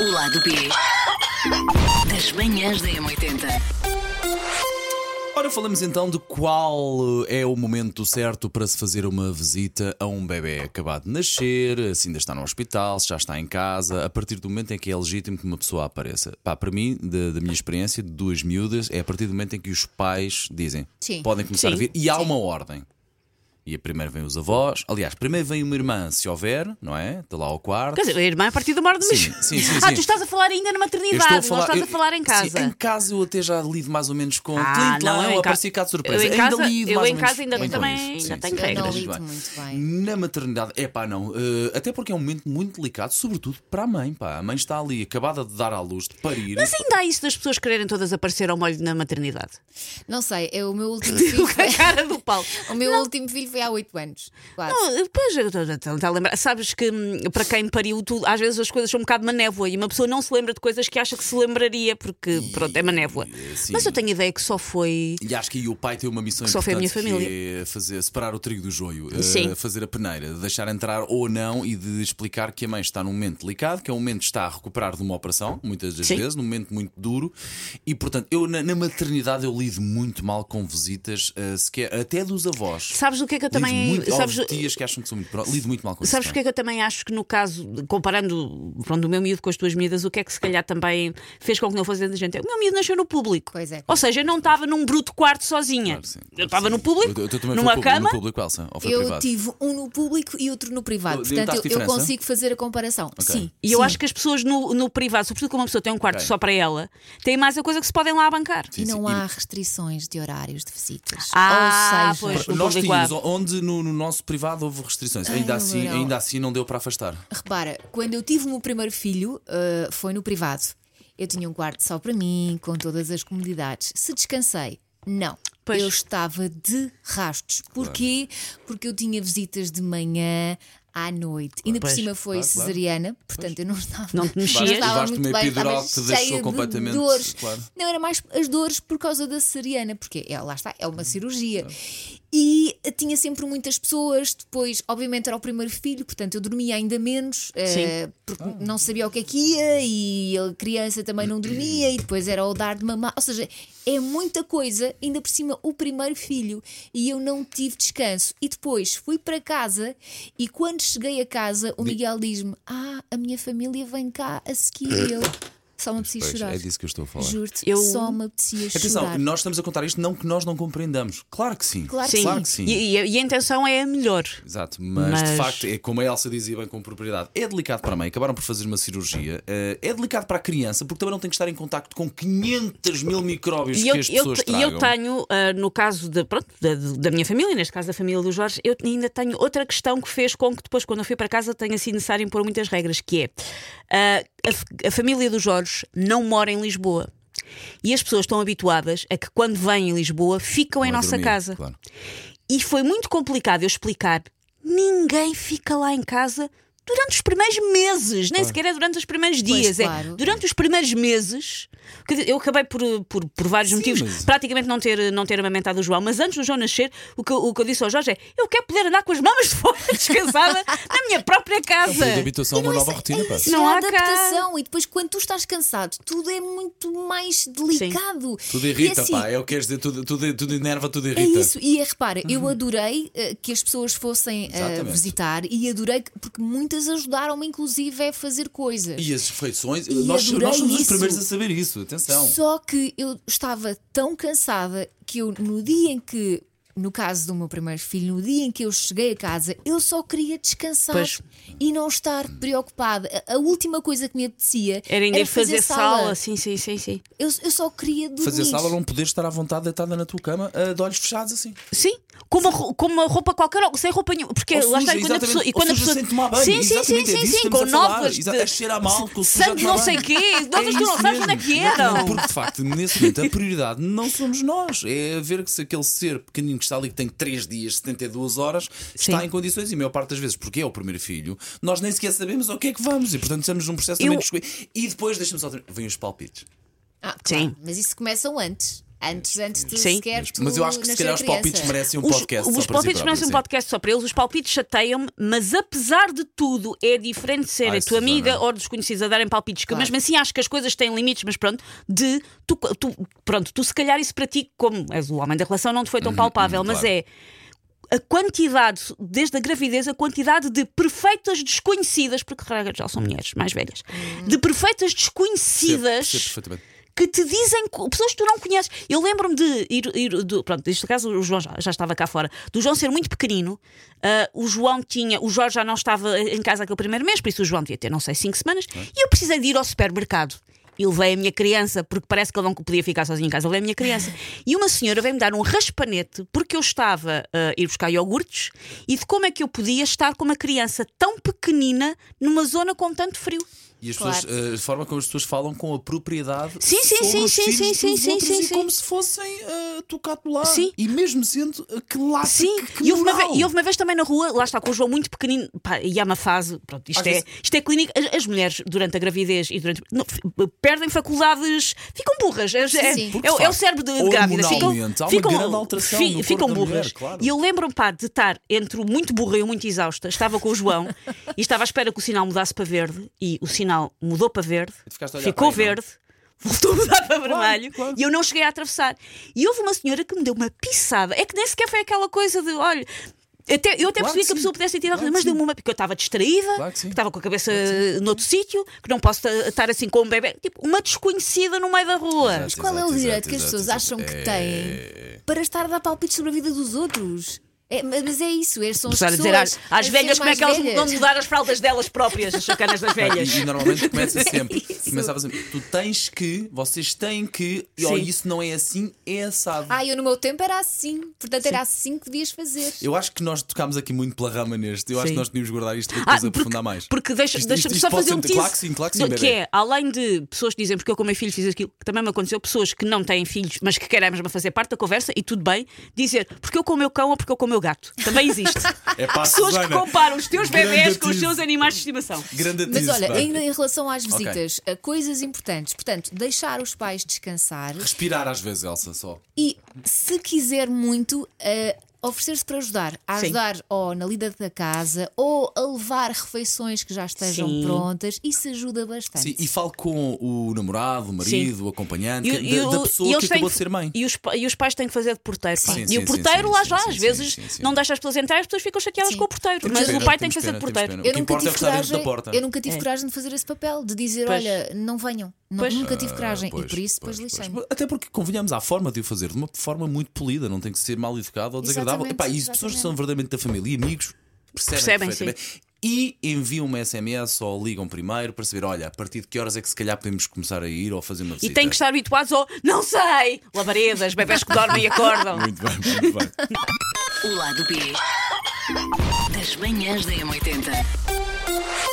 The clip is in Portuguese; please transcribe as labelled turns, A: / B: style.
A: O lado B das manhãs da M80.
B: Ora, falamos então de qual é o momento certo para se fazer uma visita a um bebê acabado de nascer, se ainda está no hospital, se já está em casa, a partir do momento em que é legítimo que uma pessoa apareça. Pá, para mim, da, da minha experiência, de duas miúdas, é a partir do momento em que os pais dizem
C: Sim.
B: podem começar a vir e há uma ordem. E primeiro vem os avós, aliás, primeiro vem uma irmã, se houver, não é? Está lá ao quarto.
D: Quer dizer, a irmã é a partir do mar do
B: Sim, sim, sim,
C: Ah,
B: sim.
C: tu estás a falar ainda na
B: Eu
C: maternidade,
B: estou
C: não
B: a falar,
C: estás
B: eu-
C: a falar em casa.
B: Sim, em casa eu até já lido mais ou menos com.
D: Ah,
B: Clint
D: não,
B: lá, eu
D: eu em ca-
B: apareci cá de surpresa.
D: eu em
B: Ainda
D: casa-
B: lido
D: eu
B: mais
D: em
B: ou
D: casa
B: menos
D: ainda
B: com
D: também
B: isso.
D: ainda
B: Sim,
D: tenho
B: sim,
D: regras.
B: sim,
D: Não
B: muito
C: lido muito bem.
B: Na maternidade, é pá, não. eh, até porque é um momento muito delicado, sobretudo para a mãe, pá. A mãe está ali, acabada de dar à luz, de parir.
D: Mas ainda há isso das pessoas quererem todas aparecer ao molho na maternidade.
C: Não sei, é o meu último filho.
D: Com a cara do Paulo.
C: o meu último filho foi há 8 anos.
B: Ah.
C: Quase.
D: Não, Pois, eu estou- estou- estou a lembrar. Sabes que hum, para quem pariu, tu, às vezes as coisas são um bocado uma névoa e uma pessoa não se lembra de coisas que acha que se lembraria, porque, pronto, é uma névoa.
B: sim.
D: Mas eu tenho a ideia que só foi.
B: E acho que aí o pai tem uma missão
D: Só foi a
B: importante
D: minha
B: que
D: família.
B: é fazer, separar o trigo do joio, eh,
D: Sim.
B: fazer a peneira, de deixar entrar ou não e de explicar que a mãe está num momento delicado, que é um momento que está a recuperar de uma operação, muitas das
D: Sim.
B: vezes, num momento muito duro. E portanto, eu na, na maternidade eu lido muito mal com visitas, eh, sequer, até dos avós.
D: Sabes o que é que eu
B: lido
D: também.
B: muito,
D: sabes,
B: ou de tias que acham que são muito pró- Lido muito mal com
D: Sabes
B: isso.
D: porque é que eu também acho que no caso, comparando pronto, o meu miúdo com as tuas miúdas, o que é que se calhar também fez com que não fosse dentro da gente? O meu miúdo nasceu no público.
C: Pois é.
D: Ou seja, eu não estava num bruto quarto sozinha.
B: Claro que sim, claro
D: eu estava
B: que sim.
D: no público,
B: Eu- eu também fui
D: numa
B: público- No
D: cama.
B: público, Elsa, ou foi
C: Eu
B: privado?
C: tive um no público e outro no
B: Oh,
C: privado. Portanto,
B: notaste
C: eu- eu,
B: diferença?
C: consigo fazer a comparação. Sim.
D: E eu
C: sim.
D: acho que as pessoas no, no privado, sobretudo quando uma pessoa tem um quarto
B: Ok.
D: só para ela, têm mais a coisa que se podem lá abancar.
B: Sim,
C: E não
B: sim.
C: há restrições de horários de visitas.
D: Ah,
C: Ou seja,
D: pois. no
B: Nós
D: público há-
B: tínhamos, onde no, no nosso privado houve restrições. ainda,
C: não,
B: assim,
C: não.
B: ainda assim não deu para afastar.
C: Repara, quando eu tive o meu primeiro filho, ah, foi no privado. Eu tinha um quarto só para mim, com todas as comodidades. Se descansei, não.
D: Pois.
C: Eu estava de rastos. Porquê? Porque eu tinha visitas de manhã à noite. Ainda por
D: Pois.
C: cima foi
B: Claro, claro.
C: cesariana, portanto eu não estava.
D: Não te mexias?
C: não estava
B: Levaste
C: muito
B: uma
C: bem,
B: epidural
C: estava
B: que te deixou
C: cheia de
B: completamente-
C: Dores.
B: claro.
C: Não, era mais as dores por causa da cesariana, porque é, lá está, é uma cirurgia. E eh, tinha sempre muitas pessoas, depois, obviamente, era o primeiro filho, portanto eu dormia ainda menos, eh, porque
B: Ah.
C: não sabia o que é que ia e a criança também não dormia, e depois era o dar de mamar. Ou seja, é muita coisa, ainda por cima o primeiro filho, e eu não tive descanso. E depois fui para casa, e quando cheguei a casa, o Miguel diz-me: Ah, a minha família vem cá a seguir. E eu só me apetecia
B: Pois,
C: chorar.
B: é disso que eu estou a falar.
C: Juro-te,
D: Eu-
C: só me apetecia
B: Atenção,
C: chorar.
B: nós estamos a contar isto não que nós não compreendamos. Claro que sim.
C: Claro que
D: Sim.
B: Claro que sim.
D: E, e- e a intenção é a melhor.
B: Exato, mas, de
D: Mas-
B: facto, é como a Elsa dizia bem com propriedade, é delicado para a mãe, acabaram por fazer uma cirurgia, eh, é delicado para a criança, porque também não tem que estar em contacto com 500 mil micróbios
D: E
B: que
D: eu,
B: as
D: eu,
B: pessoas
D: e
B: tragam.
D: eu tenho, ah, no caso de, pronto, da, da minha família, neste caso da família do Jorge, eu ainda tenho outra questão que fez com que depois, quando eu fui para casa, tenha sido necessário impor muitas regras, que é ah, a f- a, família do Jorge não mora em Lisboa. E as pessoas estão habituadas a que quando vêm em Lisboa ficam
B: Não
D: em
B: é
D: nossa
B: dormir,
D: casa.
B: claro.
D: E foi muito complicado eu explicar. Ninguém fica lá em casa durante os primeiros meses, nem sequer é durante os primeiros dias.
C: claro.
D: É durante os primeiros meses. quer dizer, Eu acabei por, por, por vários motivos,
B: mas-
D: praticamente não ter, não ter amamentado o João. Mas antes do João nascer, o que, eu- o que eu disse ao Jorge é: eu quero poder andar com as mamas de fora, descansada, na minha própria casa.
B: Tudo de habituação a uma nova rotina, pá.
C: Isso
D: Não
C: é
D: há
C: adaptação e depois quando tu estás cansado, tudo é muito mais delicado.
B: Tudo
C: E
B: irrita,
C: assim,
B: pá, é o que queres dizer, tudo, tudo, tudo enerva, tudo
C: É
B: irrita.
C: isso, e é, repara,
D: Uhum.
C: eu adorei eh, que as pessoas fossem eh,
B: Exatamente.
C: visitar e adorei que- porque muitas ajudaram-me, inclusive, a fazer coisas.
B: E as refeições,
C: é E
B: nós,
C: adorei
B: nós somos os
C: isso.
B: primeiros a saber isso, atenção.
C: Só que eu estava tão cansada que eu, no dia em que, no caso do meu primeiro filho, no dia em que eu cheguei a casa, eu só queria descansar
D: Pois.
C: e não estar preocupada. A, a última coisa que me apetecia
D: Era ainda fazer, sala. sim, sim, sim, sim.
C: Eu, eu só queria dormir.
B: Fazer sala não poder estar à vontade deitada na tua cama, eh, de olhos fechados assim.
D: Sim, com uma, ro- com uma roupa qualquer, ou sem roupa nenhuma. Porque
B: Ou
D: lá está,
B: suja,
D: e quando a
B: exatamente.
D: pessoa. E
B: Ou
D: quando a
B: suja
D: pessoa
B: sem tomar banho,
D: sim, sim, sim,
B: exatamente, é disso
D: sim,
B: que
D: sim,
B: estamos
D: com
B: a falar.
D: novas. de-
B: Exa- a cheirar mal, com suja
D: Santos
B: de
D: não
B: tomar
D: sei
B: banho.
D: quê, novas tu
B: isso
D: não sabes
B: mesmo.
D: onde é que
B: Não,
D: eram.
B: Porque de facto, nesse momento, a prioridade não somos nós. É ver que se aquele ser pequenino que está ali, que tem 3 dias, 72 horas, está
D: Sim.
B: em condições, e a maior parte das vezes, porque é o primeiro filho, nós nem sequer sabemos ao que é que vamos, e portanto estamos num processo também
D: Eu-
B: de escolha. E depois deixamos só. Vêm os palpites.
C: Ah, claro,
D: Sim.
C: Mas isso começam antes. Antes, antes de
D: Sim.
C: sequer tu
B: Mas eu acho que se
C: nascer
B: calhar os
C: criança.
B: palpites merecem um
D: os,
B: podcast.
D: os
B: só para si
D: palpites
B: próprio,
D: merecem um
B: sim.
D: podcast só para eles, os palpites chateiam-me, mas apesar de tudo, é diferente ser
B: Ai,
D: a tua
B: Susana.
D: amiga ou desconhecidos a darem palpites, que eu
C: Claro.
D: mesmo assim acho que as coisas têm limites, mas pronto, de tu, tu- pronto, tu se calhar isso para ti, como és o homem da relação, não te foi tão palpável,
B: uhum,
D: mas
B: claro.
D: é a quantidade, desde a gravidez, a quantidade de perfeitas desconhecidas, porque regra já são mulheres mais velhas, de perfeitas
B: Uhum. Percebo-
D: desconhecidas
B: percebo perfeitamente.
D: que te dizem co- pessoas que tu não conheces. Eu lembro-me de ir, ir do, pronto, neste caso o João já, já estava cá fora, do João ser muito pequenino. ah, o João tinha, o Jorge já não estava em casa aquele primeiro mês, por isso o João devia ter, não sei, cinco semanas, e eu precisei de ir ao supermercado. E levei a minha criança, porque parece que ele não podia ficar sozinho em casa. Levei a minha criança. E uma senhora veio-me dar um raspanete, porque eu estava ah, a ir buscar iogurtes e de como é que eu podia estar com uma criança tão pequenina numa zona com tanto frio.
B: E as
C: Claro.
B: pessoas, eh, a forma como as pessoas falam com a propriedade
D: Sim, sim,
B: sobre
D: sim,
B: os
D: sim,
B: filhos
D: sim,
B: dos
D: sim, sim,
B: outros
D: sim,
B: e
D: sim.
B: como se fossem eh, tocar do lado.
D: Sim.
B: E mesmo sendo eh, que lá
D: Sim,
B: que, que
D: e, houve uma
B: moral.
D: vez, e houve uma vez também na rua, lá está com o João muito pequenino, pá, e há uma fase, pronto, isto,
B: Às
D: é,
B: vezes-
D: isto é clínica. As, as mulheres, durante a gravidez e durante. não, f- perdem faculdades, ficam burras. É, é-
C: Sim.
D: é o- é o cérebro de, de grávida. Ficam,
B: Hormonalmente, há uma
D: ficam,
B: grande alteração no corpo
D: ficam
B: da
D: burras.
B: mulher, claro.
D: E eu lembro-me, pá, de estar entre o muito burra e o muito exausta. Estava com o João e estava à espera que o sinal mudasse para verde, e o sinal mudou para verde,
B: E tu ficaste a olhar
D: ficou
B: para aí, não?
D: verde. Voltou a mudar para vermelho
B: claro.
D: e eu não cheguei a atravessar. E houve uma senhora que me deu uma pisada. É que nem sequer foi aquela coisa de, olha. Até, eu até
B: Claro que
D: percebi que a
B: sim.
D: pessoa pudesse ter
B: Claro que
D: mas
B: sim.
D: deu-me uma. Porque eu estava distraída,
B: Claro que sim.
D: que estava com a cabeça noutro sítio, que não posso ta- estar assim com um bebê. Tipo, uma desconhecida no meio da rua.
B: Exato,
C: Qual é o
B: exato,
C: direito
B: exato,
C: que as
B: exato,
C: pessoas
B: exato.
C: acham que
B: É,
C: têm para estar a dar palpites sobre a vida dos outros? É, mas é isso, é, são as
D: Começar a
C: pessoas.
D: dizer às, às
C: a ser
D: velhas como é
C: mais
D: que elas
C: velhas.
D: vão mudar as fraldas delas próprias, as sacanas das velhas.
B: E, e normalmente
D: É
B: começa sempre. Começava sempre. Tu tens que, vocês têm que, e oh,
D: Sim.
B: isso não é assim, é assado.
C: Ah, eu no meu tempo era assim, portanto era assim que podias fazer.
B: Eu acho que nós tocámos aqui muito pela rama neste. Eu acho
D: Sim. Ah,
B: que nós tínhamos de guardar isto para depois
D: porque-
B: aprofundar mais.
D: Porque deixa-
B: Isto-
D: deixa-me
B: isto-
D: só
B: isto pode
D: fazer um
B: ser-
D: tease.
B: Claro que sim, claro que sim,
D: do-
B: bebê.
D: é, além de pessoas que dizem porque eu com o meu filho fiz aquilo, que também me aconteceu, pessoas que não têm filhos, mas que querem mesmo fazer parte da conversa e tudo bem, dizer porque eu com o meu cão ou porque eu com o meu gato. Também existe.
B: É pá,
D: pessoas que
B: Susana,
D: comparam os teus
B: grande
D: bebés com os
B: tease.
D: seus animais de estimação.
B: Grande
C: Mas
B: tease,
C: olha,
B: pá.
C: ainda em relação às visitas, a coisas importantes. Portanto, deixar os pais descansar
B: Respirar às vezes, Elsa, só.
C: e, se quiser muito, a oferecer-se para ajudar. A
D: Sim.
C: ajudar ou na lida da casa ou a levar refeições que já estejam
D: Sim.
C: prontas. Isso ajuda
D: É
C: bastante.
B: Sim, e falo com o namorado, o marido, o acompanhante,
D: E-
B: que-
D: e
B: da, da
D: o-
B: pessoa
D: e
B: que
D: eles têm
B: acabou
D: que-
B: de ser mãe.
D: E os, pa- e os pais têm que fazer de porteiro. pá.
B: Sim,
D: e
B: sim,
D: o
B: sim,
D: porteiro,
B: sim,
D: lá
B: sim,
D: já,
B: sim,
D: às
B: sim,
D: vezes,
B: sim, sim.
D: não deixa as pessoas entrar, as pessoas ficam chateadas
C: Sim.
D: com o porteiro.
B: Temos
D: Mas
B: pena,
D: o pai tem
B: temos
D: que fazer
B: pena,
D: de
B: temos
D: porteiro.
B: pena.
C: Eu
B: O que
C: nunca
B: importa é
C: tive
B: estar dentro
C: coragem.
B: da porta.
C: Eu nunca tive coragem de fazer esse papel, de dizer,
D: Pois.
C: olha, não venham. Não-
D: Pois.
C: Nunca tive coragem.
B: Pois,
C: e por isso depois
B: pois,
C: lixei.
B: pois. Até porque, convenhamos, há forma de o fazer de uma forma muito polida, não tem que ser mal educado ou desagradável.
C: Exatamente,
B: Epá, e as pessoas que são verdadeiramente da família e amigos percebem,
D: Percebem,
B: perfeitamente. E enviam um uma SMS ou ligam primeiro para saber, olha, a partir de que horas é que se calhar podemos começar a ir ou fazer uma
D: E
B: visita.
D: têm que estar habituados ao não sei! Labaredas, bebés que dormem e acordam.
B: Muito bem, muito bem.
A: O lado B das manhãs da M80.